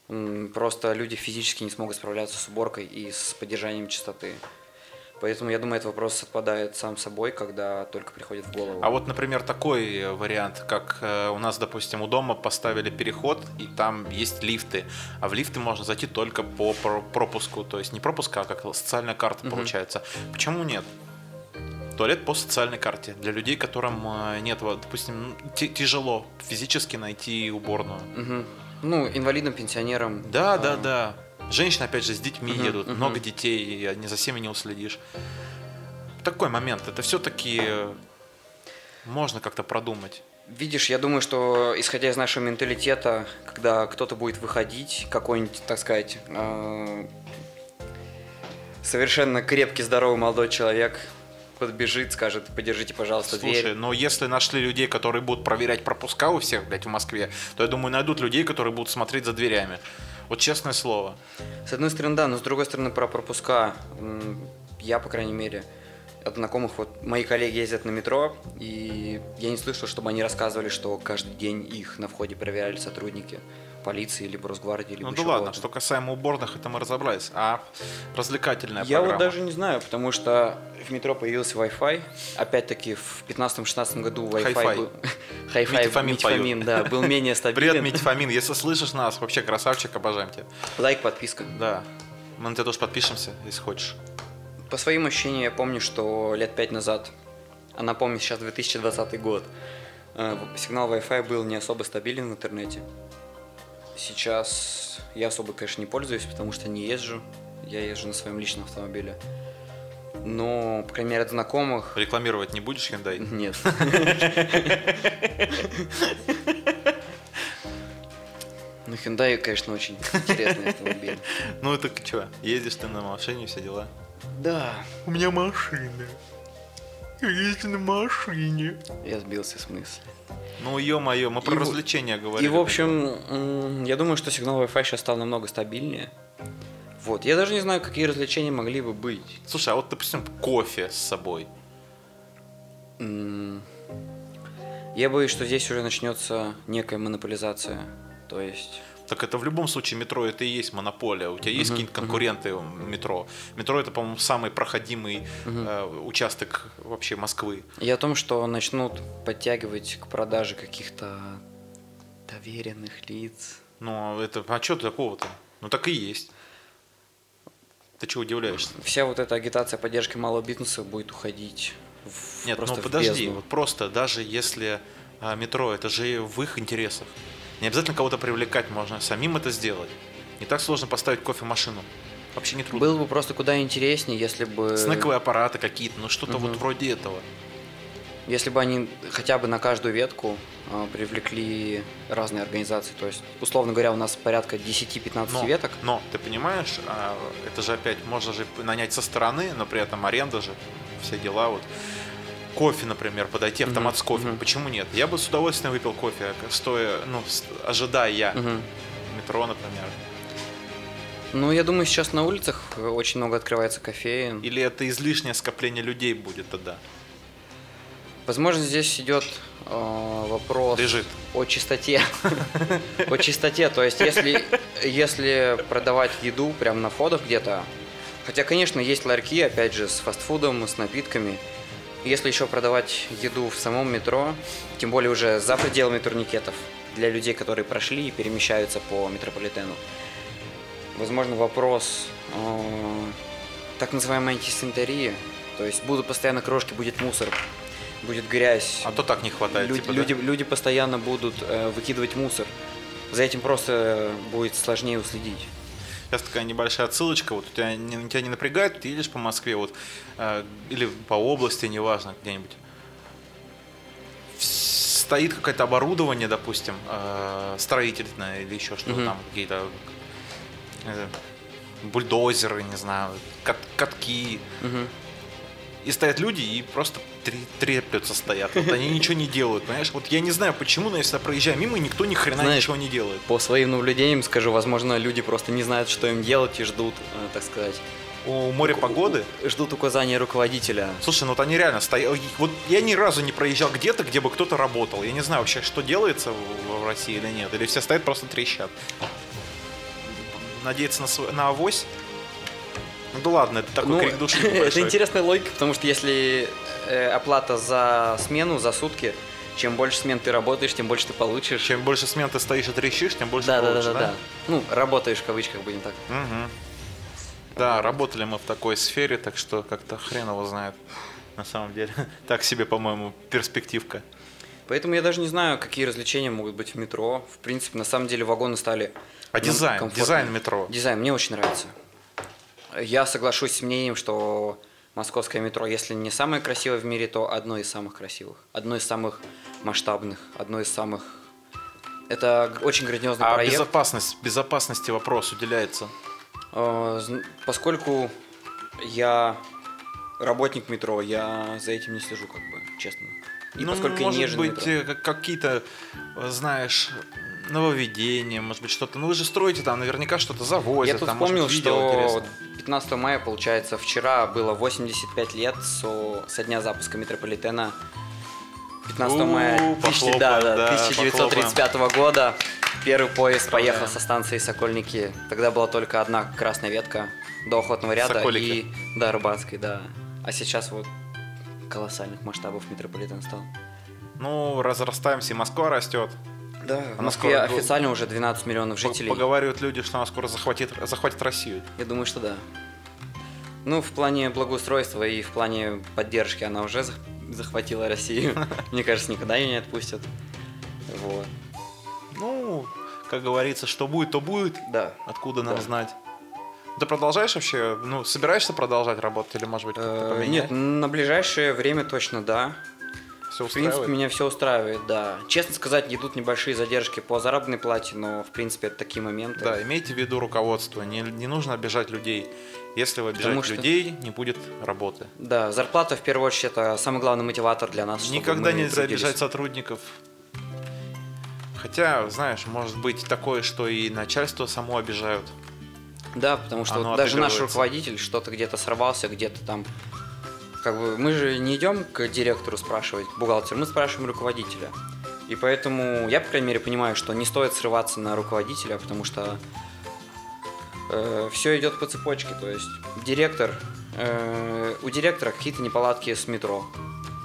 Speaker 2: м, просто люди физически не смогут справляться с уборкой и с поддержанием чистоты. Поэтому, я думаю, этот вопрос отпадает сам собой, когда только приходит в голову.
Speaker 1: А вот, например, такой э, вариант, как э, у нас, допустим, у дома поставили переход, и там есть лифты, а в лифты можно зайти только по про- пропуску, то есть не пропуска, а как социальная карта
Speaker 2: Мгм.
Speaker 1: получается. Почему нет? Туалет по социальной карте для людей, которым э, нет, вот, допустим, ти- тяжело физически найти уборную.
Speaker 2: Мгм. Ну, инвалидам, пенсионерам.
Speaker 1: Да,
Speaker 2: а,
Speaker 1: да, да. Женщины, опять же, с детьми
Speaker 2: Мгм,
Speaker 1: едут,
Speaker 2: мгм.
Speaker 1: много детей, и они за всеми не уследишь. Такой момент. Это все-таки можно как-то продумать.
Speaker 2: Видишь, я думаю, что исходя из нашего менталитета, когда кто-то будет выходить, какой-нибудь, так сказать, э, совершенно крепкий, здоровый молодой человек подбежит, скажет, подержите, пожалуйста,
Speaker 1: Слушай,
Speaker 2: дверь.
Speaker 1: но если нашли людей, которые будут проверять пропуска у всех, блядь, в Москве, то я думаю, найдут людей, которые будут смотреть за дверями. Вот честное слово.
Speaker 2: С одной стороны, да, но с другой стороны, про пропуска. М, Я, по крайней мере, от знакомых, вот мои коллеги ездят на метро, и я не слышал, чтобы они рассказывали, что каждый день их на входе проверяли сотрудники полиции, либо Росгвардии, либо
Speaker 1: ну да
Speaker 2: еще
Speaker 1: ладно,
Speaker 2: кого-то.
Speaker 1: что касаемо уборных, это мы разобрались. А развлекательная
Speaker 2: Я
Speaker 1: программа.
Speaker 2: вот даже не знаю, потому что в метро появился Wi-Fi. Опять-таки в 15-16 году Wi-Fi
Speaker 1: Hi-Fi.
Speaker 2: был... Hi-Fi,
Speaker 1: Митя Фомин
Speaker 2: Митя Фомин,
Speaker 1: поет.
Speaker 2: да, был
Speaker 1: Привет,
Speaker 2: менее стабилен.
Speaker 1: Митя Фомин, если слышишь нас, вообще красавчик, обожаем тебя.
Speaker 2: Лайк, подписка.
Speaker 1: Да, мы на тебя тоже подпишемся, если хочешь.
Speaker 2: По своим ощущениям, я помню, что лет пять назад, а напомню, сейчас 2020 год, э, в- сигнал Wi-Fi был не особо стабилен в интернете. Сейчас я особо, конечно, не пользуюсь, потому что не езжу. Я езжу на своем личном автомобиле. Но, по крайней мере, от знакомых...
Speaker 1: Рекламировать не будешь, Хендай?
Speaker 2: Нет. Ну, Hyundai, конечно, очень интересный автомобиль.
Speaker 1: Ну это что, ездишь ты на машине, все дела.
Speaker 2: Да,
Speaker 1: У меня машина. Я езжу на машине.
Speaker 2: я сбился с мысли.
Speaker 1: Ну ё-моё, мы про
Speaker 2: И в-
Speaker 1: развлечения
Speaker 2: И,
Speaker 1: говорили.
Speaker 2: в общем, м, я думаю, что сигнал Wi-Fi сейчас стал намного стабильнее. Вот, я даже не знаю, какие развлечения могли бы быть.
Speaker 1: Слушай, а вот, допустим, кофе с собой.
Speaker 2: М, Я боюсь, что здесь уже начнется некая монополизация. То есть...
Speaker 1: Так это в любом случае метро это и есть монополия. У тебя есть
Speaker 2: Мгм,
Speaker 1: какие-то конкуренты у метро. Метро это, по-моему, самый проходимый
Speaker 2: Мгм.
Speaker 1: э, участок вообще Москвы.
Speaker 2: И о том, что начнут подтягивать к продаже каких-то доверенных лиц.
Speaker 1: Ну это, а что такого-то? Ну так и есть. Ты чего удивляешься?
Speaker 2: Вся вот эта агитация поддержки малого бизнеса будет уходить в,
Speaker 1: Нет,
Speaker 2: просто
Speaker 1: ну
Speaker 2: в
Speaker 1: подожди,
Speaker 2: бездну.
Speaker 1: вот просто даже если а, метро, это же в их интересах. Не обязательно кого-то привлекать, можно самим это сделать. Не так сложно поставить кофемашину. Вообще не трудно.
Speaker 2: Было бы просто куда интереснее, если бы...
Speaker 1: Снековые аппараты какие-то, ну что-то вот
Speaker 2: Мгм.
Speaker 1: вроде этого.
Speaker 2: Если бы они хотя бы на каждую ветку э, привлекли разные организации, то есть, условно говоря, у нас порядка 10-15
Speaker 1: Но,
Speaker 2: веток.
Speaker 1: но ты понимаешь, а, это же опять можно же нанять со стороны, но при этом аренда же, все дела вот. Кофе, например, подойти автомат
Speaker 2: Мгм,
Speaker 1: с кофе.
Speaker 2: мгм.
Speaker 1: Почему нет? Я бы с удовольствием выпил кофе, стоя, ну, с- ожидая
Speaker 2: Мгм.
Speaker 1: метро, например.
Speaker 2: Ну, я думаю, сейчас на улицах э, очень много открывается кофеин.
Speaker 1: Или это излишнее скопление людей будет тогда?
Speaker 2: Возможно, здесь идет э, вопрос
Speaker 1: Лежит.
Speaker 2: о чистоте. О чистоте. То есть, если, если продавать еду прямо на входах где-то. Хотя, конечно, есть ларьки, опять же, с фастфудом, с напитками. Если еще продавать еду в самом метро, тем более уже за пределами турникетов, для людей, которые прошли и перемещаются по метрополитену. Возможно, вопрос э, так называемой антисанитарии. То есть будут постоянно крошки, будет мусор, будет грязь.
Speaker 1: А то так не хватает.
Speaker 2: Люди,
Speaker 1: типа, да?
Speaker 2: люди, люди постоянно будут э, выкидывать мусор. За этим просто будет сложнее уследить.
Speaker 1: Сейчас такая небольшая отсылочка, вот у тебя не, тебя не напрягает, ты едешь по Москве, вот, э, или по области, неважно, где-нибудь. В- Стоит какое-то оборудование, допустим, э, строительное или еще что-то
Speaker 2: Мгм.
Speaker 1: там, какие-то э, бульдозеры, не знаю, кат- катки.
Speaker 2: Мгм.
Speaker 1: И стоят люди и просто три- треплются стоят. Вот они ничего не делают, понимаешь? Вот я не знаю почему, но я всегда проезжаю мимо, и никто ни хрена
Speaker 2: Знаешь,
Speaker 1: ничего не делает.
Speaker 2: По своим наблюдениям скажу, возможно, люди просто не знают, что им делать и ждут, э, так сказать,
Speaker 1: у моря погоды.
Speaker 4: Ждут указания руководителя.
Speaker 1: Слушай, ну вот они реально стоят. Вот я ни разу не проезжал где-то, где бы кто-то работал. Я не знаю вообще, что делается в в России или нет. Или все стоят просто трещат. Надеяться на, св- на авось. Ну да ладно, это такой
Speaker 2: Ну,
Speaker 1: крик души
Speaker 2: это
Speaker 1: небольшой.
Speaker 2: интересная логика, потому что если э, оплата за смену, за сутки, чем больше смен ты работаешь, тем больше ты получишь.
Speaker 1: Чем больше смен ты стоишь и трещишь, тем больше
Speaker 2: да, да, да,
Speaker 1: получишь,
Speaker 2: да, да. Ну, работаешь в кавычках, будем так.
Speaker 1: Мгм. Да, работали мы в такой сфере, так что как-то хрен его знает. На самом деле, так себе, по-моему, перспективка.
Speaker 2: Поэтому я даже не знаю, какие развлечения могут быть в метро. В принципе, на самом деле вагоны стали.
Speaker 1: А
Speaker 2: ну,
Speaker 1: дизайн,
Speaker 2: комфортнее.
Speaker 1: дизайн метро.
Speaker 2: Дизайн мне очень нравится. Я соглашусь с мнением, что московское метро, если не самое красивое в мире, то одно из самых красивых, одно из самых масштабных, одно из самых. Это г- очень грандиозный
Speaker 1: А
Speaker 2: проект.
Speaker 1: безопасность, безопасности вопрос уделяется.
Speaker 2: Э, зн- Поскольку я работник метро, я за этим не слежу, как бы, честно. И
Speaker 1: ну,
Speaker 2: поскольку я
Speaker 1: может
Speaker 2: не жил в
Speaker 1: быть,
Speaker 2: метро.
Speaker 1: э, как- какие-то, э, знаешь, нововведения, может быть, что-то. Ну, вы же строите там, наверняка что-то завозят.
Speaker 2: Я тут
Speaker 1: там,
Speaker 2: вспомнил,
Speaker 1: может, видео
Speaker 2: что
Speaker 1: интересное.
Speaker 2: вот 15 мая, получается, вчера было 85 лет со, со дня запуска метрополитена. 15
Speaker 1: У,
Speaker 2: мая тысяча-
Speaker 1: Ну, похлопаем,
Speaker 2: да, да,
Speaker 1: да,
Speaker 2: 1935 года первый поезд
Speaker 1: Поздравляем.
Speaker 2: поехал со станции Сокольники. Тогда была только одна красная ветка до охотного ряда
Speaker 1: Соколики.
Speaker 2: и до Арбатской, да. А сейчас вот колоссальных масштабов метрополитен стал.
Speaker 1: Ну, разрастаемся, и Москва растет.
Speaker 2: Да, в
Speaker 1: А
Speaker 2: Москве
Speaker 1: насколько-
Speaker 2: официально уже 12 миллионов жителей.
Speaker 1: Поговаривают люди, что она скоро захватит, захватит Россию.
Speaker 2: Я думаю, что да. Ну, в плане благоустройства и в плане поддержки она уже зах- захватила Россию. Мне кажется, никогда ее не отпустят. Вот.
Speaker 1: Ну, как говорится, что будет, то будет.
Speaker 2: Да.
Speaker 1: Откуда нам
Speaker 2: Да.
Speaker 1: знать? Ты продолжаешь вообще? Ну, собираешься продолжать работать или, может быть, как-то
Speaker 2: Э,
Speaker 1: поменять?
Speaker 2: Нет, на ближайшее время точно да.
Speaker 1: все
Speaker 2: В принципе,
Speaker 1: устраивает?
Speaker 2: меня все устраивает, да. Честно сказать, идут небольшие задержки по заработной плате, но, в принципе, это такие моменты.
Speaker 1: Да, имейте в виду руководство. Не, не нужно обижать людей. Если вы
Speaker 2: Потому
Speaker 1: обижаете
Speaker 2: что-
Speaker 1: людей, не будет работы.
Speaker 2: Да, зарплата, в первую очередь, это самый главный мотиватор для нас. чтобы
Speaker 1: Никогда
Speaker 2: мы
Speaker 1: нельзя
Speaker 2: трудились.
Speaker 1: обижать сотрудников. Хотя, знаешь, может быть такое, что и начальство само обижают.
Speaker 2: Да, потому что
Speaker 1: Оно
Speaker 2: вот даже наш
Speaker 1: отыгрывается.
Speaker 2: руководитель что-то где-то сорвался, где-то там. Как бы мы же не идем к директору спрашивать, к бухгалтеру, мы спрашиваем руководителя. И поэтому я, по крайней мере, понимаю, что не стоит срываться на руководителя, потому что все идет по цепочке. То есть директор, э, у директора какие-то неполадки с метро,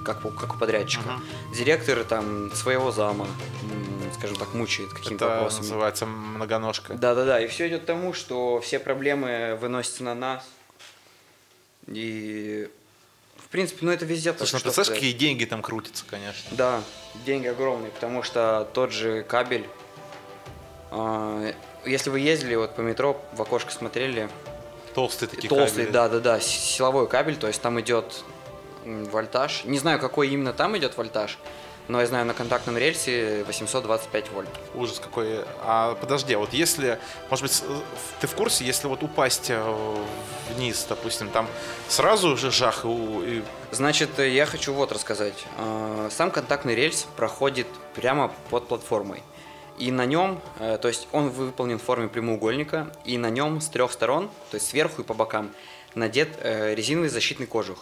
Speaker 2: как у, как у подрядчика. Директор там своего зама, м, скажем так, мучает какими-то
Speaker 1: Это
Speaker 2: вопросами.
Speaker 1: называется многоножка.
Speaker 2: Да, да, да. И все идет к тому, что все проблемы выносятся на нас. И в принципе, ну это везде так.
Speaker 1: Слушай, ну
Speaker 2: что
Speaker 1: представляешь, какие
Speaker 2: сказать.
Speaker 1: деньги там крутятся, конечно.
Speaker 2: Да, деньги огромные, потому что тот же кабель. а, Если вы ездили вот по метро, в окошко смотрели,
Speaker 1: Толстые такие
Speaker 2: толстый,
Speaker 1: кабели.
Speaker 2: да, да, да, с- силовой кабель, то есть там идет м, вольтаж. Не знаю, какой именно там идет вольтаж, но я знаю, на контактном рельсе 825 вольт.
Speaker 1: Ужас какой. А подожди, а вот если, может быть, с- э, ты в курсе, если вот упасть э, вниз, допустим, там сразу же жах и, у- и-
Speaker 2: Значит, э, я хочу вот рассказать. Э, Сам контактный рельс проходит прямо под платформой. И на нем, э, то есть он выполнен в форме прямоугольника, и на нем с трех сторон, то есть сверху и по бокам, надет э, резиновый защитный кожух.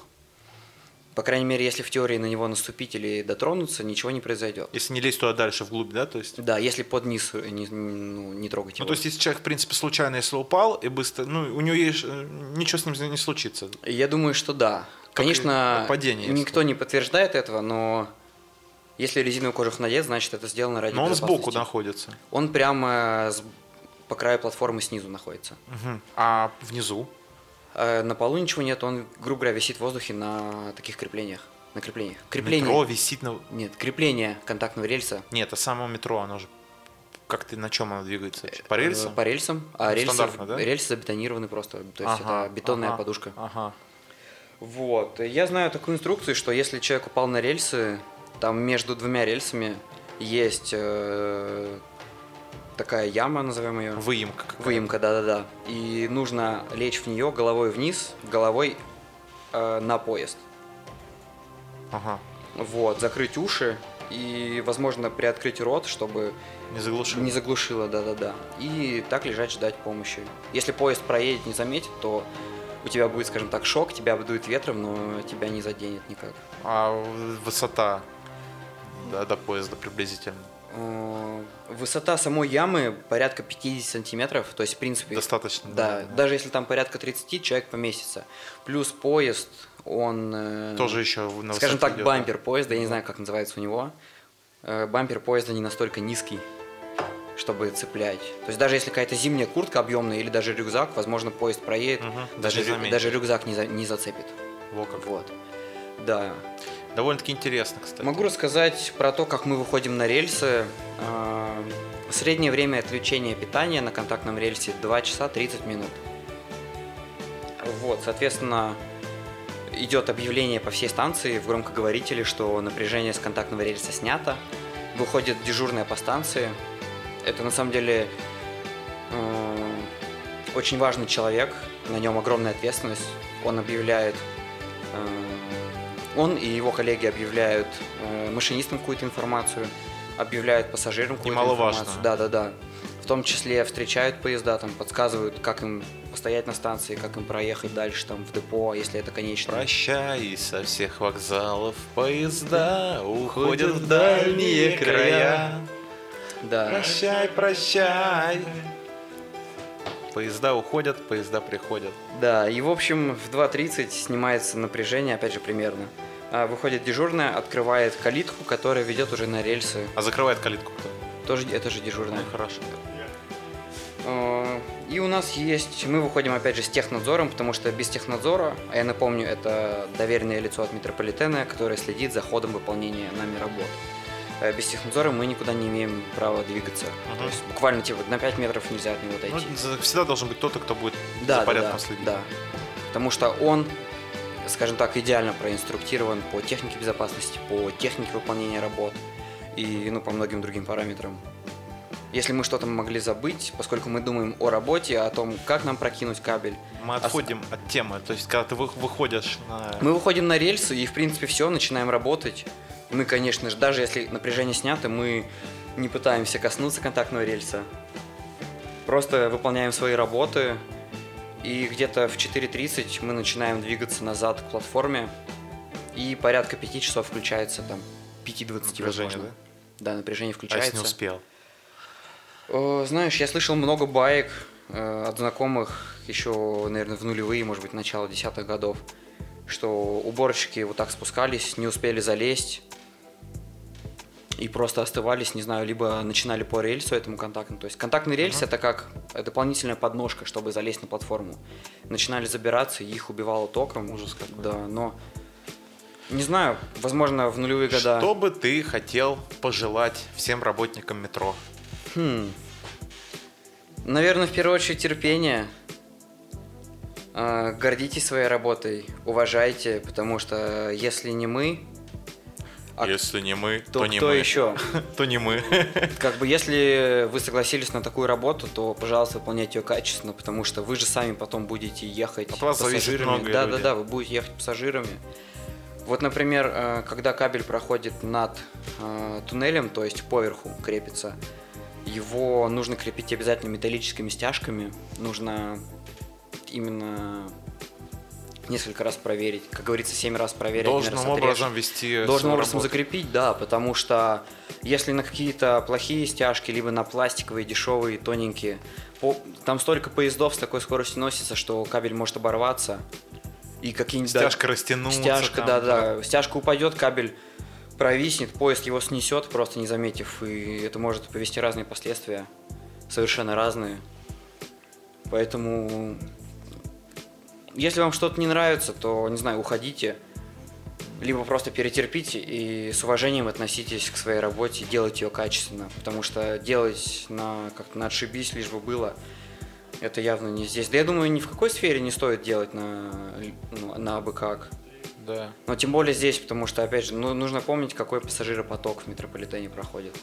Speaker 2: По крайней мере, если в теории на него наступить или дотронуться, ничего не произойдет.
Speaker 1: если не лезть туда дальше вглубь, да, то есть.
Speaker 2: Да, если под низ э, не, ну, не трогать
Speaker 1: Ну,
Speaker 2: его.
Speaker 1: то есть, если человек, в принципе, случайно, если упал и быстро, ну, у него есть, э, ничего с ним не случится.
Speaker 2: Я думаю, что да. Конечно,
Speaker 1: и падение, если
Speaker 2: никто не подтверждает этого, но если резиновый кожух надет, значит это сделано ради
Speaker 1: Но он сбоку
Speaker 2: безопасности.
Speaker 1: находится.
Speaker 2: Он прямо с- по краю платформы снизу находится.
Speaker 1: Мгм. А внизу?
Speaker 2: Э, На полу ничего нет, он, грубо говоря, висит в воздухе на таких креплениях. На креплениях. Крепление.
Speaker 1: Метро висит на...
Speaker 2: Нет, крепление контактного рельса.
Speaker 1: Нет, а само метро, оно же... Как ты, на чем оно двигается? вообще? По
Speaker 2: э,
Speaker 1: рельсам?
Speaker 2: По рельсам. А рельсы,
Speaker 1: Стандартно, да?
Speaker 2: рельсы забетонированы просто. То есть
Speaker 1: Ага,
Speaker 2: это бетонная
Speaker 1: ага,
Speaker 2: подушка.
Speaker 1: Ага.
Speaker 2: Вот. Я знаю такую инструкцию, что если человек упал на рельсы, там между двумя рельсами есть э, такая яма, назовем ее.
Speaker 1: Выемка. какая-то.
Speaker 2: Выемка, да-да-да. И нужно лечь в нее головой вниз, головой э, на поезд.
Speaker 1: Ага.
Speaker 2: Вот, закрыть уши и, возможно, приоткрыть рот, чтобы
Speaker 1: Не заглушил.
Speaker 2: не заглушило, да-да-да. И так лежать, ждать помощи. Если поезд проедет, не заметит, то у тебя будет, скажем так, шок, тебя обдует ветром, но тебя не заденет никак.
Speaker 1: А в- высота да, до поезда приблизительно.
Speaker 2: Э, Высота самой ямы порядка 50 сантиметров, то есть, в принципе...
Speaker 1: Достаточно.
Speaker 2: Да, даже если там порядка 30, человек поместится. Плюс поезд, он... э,
Speaker 1: Тоже еще в- на
Speaker 2: Скажем
Speaker 1: высоте
Speaker 2: так,
Speaker 1: идет, да?
Speaker 2: бампер поезда, я не знаю, как называется у него. Э, Бампер поезда не настолько низкий, чтобы цеплять. То есть даже если какая-то зимняя куртка объемная или даже рюкзак, возможно, поезд проедет,
Speaker 1: Мгм,
Speaker 2: даже,
Speaker 1: не
Speaker 2: рю-
Speaker 1: заметит.
Speaker 2: даже рюкзак не, за- не зацепит.
Speaker 1: Во как.
Speaker 2: Вот. Да.
Speaker 1: Довольно-таки интересно, кстати.
Speaker 2: Могу рассказать про то, как мы выходим на рельсы. Э, Среднее время отключения питания на контактном рельсе 2 часа 30 минут. Вот, соответственно, идет объявление по всей станции в громкоговорителе, что напряжение с контактного рельса снято. Выходит дежурная по станции. Это на самом деле э, очень важный человек, на нем огромная ответственность. Он объявляет, э, он и его коллеги объявляют э, машинистам какую-то информацию, объявляют пассажирам какую-то
Speaker 1: Немаловажно.
Speaker 2: информацию. Да, да, да. В том числе встречают поезда, там подсказывают, как им постоять на станции, как им проехать дальше там в депо, если это конечная.
Speaker 1: Прощай, со всех вокзалов поезда уходят
Speaker 4: Уходят
Speaker 1: в
Speaker 4: в
Speaker 1: дальние
Speaker 4: дальние
Speaker 1: края.
Speaker 2: Да.
Speaker 1: Прощай, прощай. Поезда уходят, поезда приходят.
Speaker 2: Да, и в общем в 2.30 снимается напряжение, опять же примерно. А, Выходит дежурная, открывает калитку, которая ведет уже на рельсы.
Speaker 1: А закрывает калитку кто?
Speaker 2: Тоже, это же дежурная.
Speaker 1: Ну, хорошо.
Speaker 2: Э, И у нас есть, мы выходим опять же с технадзором, потому что без технадзора, а я напомню, это доверенное лицо от метрополитена, которое следит за ходом выполнения нами работ. Э, Без технадзора мы никуда не имеем права двигаться.
Speaker 1: Мгм.
Speaker 2: То есть буквально типа на 5 метров нельзя от него
Speaker 1: Ну,
Speaker 2: отойти.
Speaker 1: за- всегда должен быть кто-то, кто будет за
Speaker 2: да, да,
Speaker 1: порядком
Speaker 2: да,
Speaker 1: следить.
Speaker 2: да. Потому что он, скажем так, идеально проинструктирован по технике безопасности, по технике выполнения работ и ну, по многим другим параметрам. Если мы что-то могли забыть, поскольку мы думаем о работе, о том, как нам прокинуть кабель,
Speaker 1: Мы
Speaker 2: Ос-
Speaker 1: отходим от темы. То есть, когда ты вы- выходишь на...
Speaker 2: мы выходим на рельсы и, в принципе, все, начинаем работать. Мы, конечно же, даже если напряжение снято, мы не пытаемся коснуться контактного рельса. Просто выполняем свои работы. И где-то в 4.30 мы начинаем двигаться назад к платформе. И порядка 5 часов включается там 5.20
Speaker 1: Напряжение,
Speaker 2: возможно. Да, напряжение
Speaker 1: А
Speaker 2: включается.
Speaker 1: если не успел?
Speaker 2: Э, Знаешь, я слышал много баек э, от знакомых еще, наверное, в нулевые, может быть, начало десятых годов, что уборщики вот так спускались, не успели залезть и просто остывались, не знаю, либо начинали по рельсу этому контактному. То есть контактный рельс это как э, дополнительная подножка, чтобы залезть на платформу. Начинали забираться, и их убивало током.
Speaker 1: Ужас какой.
Speaker 2: Да, но не знаю, возможно, в нулевые года.
Speaker 1: Что бы ты хотел пожелать всем работникам метро?
Speaker 2: Хм. Наверное, в первую очередь терпение. А, гордитесь своей работой, уважайте, потому что э, если не мы, А
Speaker 1: Если не мы,
Speaker 2: то, кто еще?
Speaker 1: То не мы.
Speaker 2: Как бы если вы согласились на такую работу, то, пожалуйста, выполняйте ее качественно, потому что вы же сами потом будете ехать
Speaker 1: От вас зависит многое,
Speaker 2: Да,
Speaker 1: люди.
Speaker 2: да, да, вы будете ехать пассажирами. Вот, например, э, когда кабель проходит над э, туннелем, то есть поверху крепится, его нужно крепить обязательно металлическими стяжками, нужно именно несколько раз проверить, как говорится, семь раз проверить.
Speaker 1: Должным образом вести
Speaker 2: Должным
Speaker 1: свою
Speaker 2: образом
Speaker 1: работу.
Speaker 2: закрепить, да, потому что если на какие-то плохие стяжки, либо на пластиковые, дешевые, тоненькие, по- там столько поездов с такой скоростью носится, что кабель может оборваться. И какие-нибудь... да,
Speaker 1: Стяжка растянуться.
Speaker 2: стяжка,
Speaker 1: там,
Speaker 2: да, да. Стяжка упадет, кабель провиснет, поезд его снесет, просто не заметив, и это может повести разные последствия, совершенно разные. Поэтому, если вам что-то не нравится, то, не знаю, уходите, либо просто перетерпите и с уважением относитесь к своей работе, делайте ее качественно, потому что делать на как-то на отшибись, лишь бы было, это явно не здесь. Да я думаю, ни в какой сфере не стоит делать на, ну, на абы как.
Speaker 1: Да.
Speaker 2: Но тем более здесь, потому что, опять же, ну, нужно помнить, какой пассажиропоток в метрополитене проходит.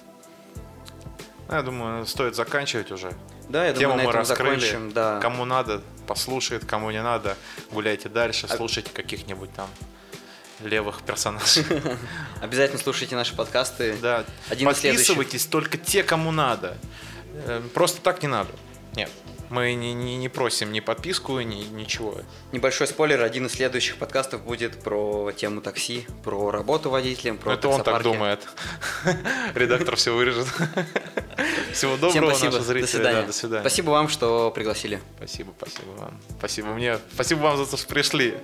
Speaker 1: Ну, Я думаю, стоит заканчивать уже.
Speaker 2: Да, я
Speaker 1: Тему
Speaker 2: думаю, на
Speaker 1: мы
Speaker 2: этом
Speaker 1: раскрыли.
Speaker 2: закончим. Да.
Speaker 1: Кому надо, послушает, кому не надо, гуляйте дальше,
Speaker 2: А-
Speaker 1: слушайте каких-нибудь там левых персонажей.
Speaker 2: Обязательно слушайте наши подкасты.
Speaker 1: Да.
Speaker 2: Один из следующих.
Speaker 1: Подписывайтесь только те, кому надо. Э, Просто так не надо. Нет. Мы не, не, не просим ни подписку, ни, ничего.
Speaker 2: Небольшой спойлер, один из следующих подкастов будет про тему такси, про работу водителем, про
Speaker 1: Но Ну, это он так
Speaker 2: таксопарки.
Speaker 1: думает. Редактор все вырежет. Всего
Speaker 2: Всем
Speaker 1: доброго,
Speaker 2: спасибо,
Speaker 1: наши зрители.
Speaker 2: до свидания.
Speaker 1: Да, до свидания.
Speaker 2: Спасибо вам, что пригласили.
Speaker 1: Спасибо, спасибо вам. Спасибо мне. Спасибо вам за то, что пришли.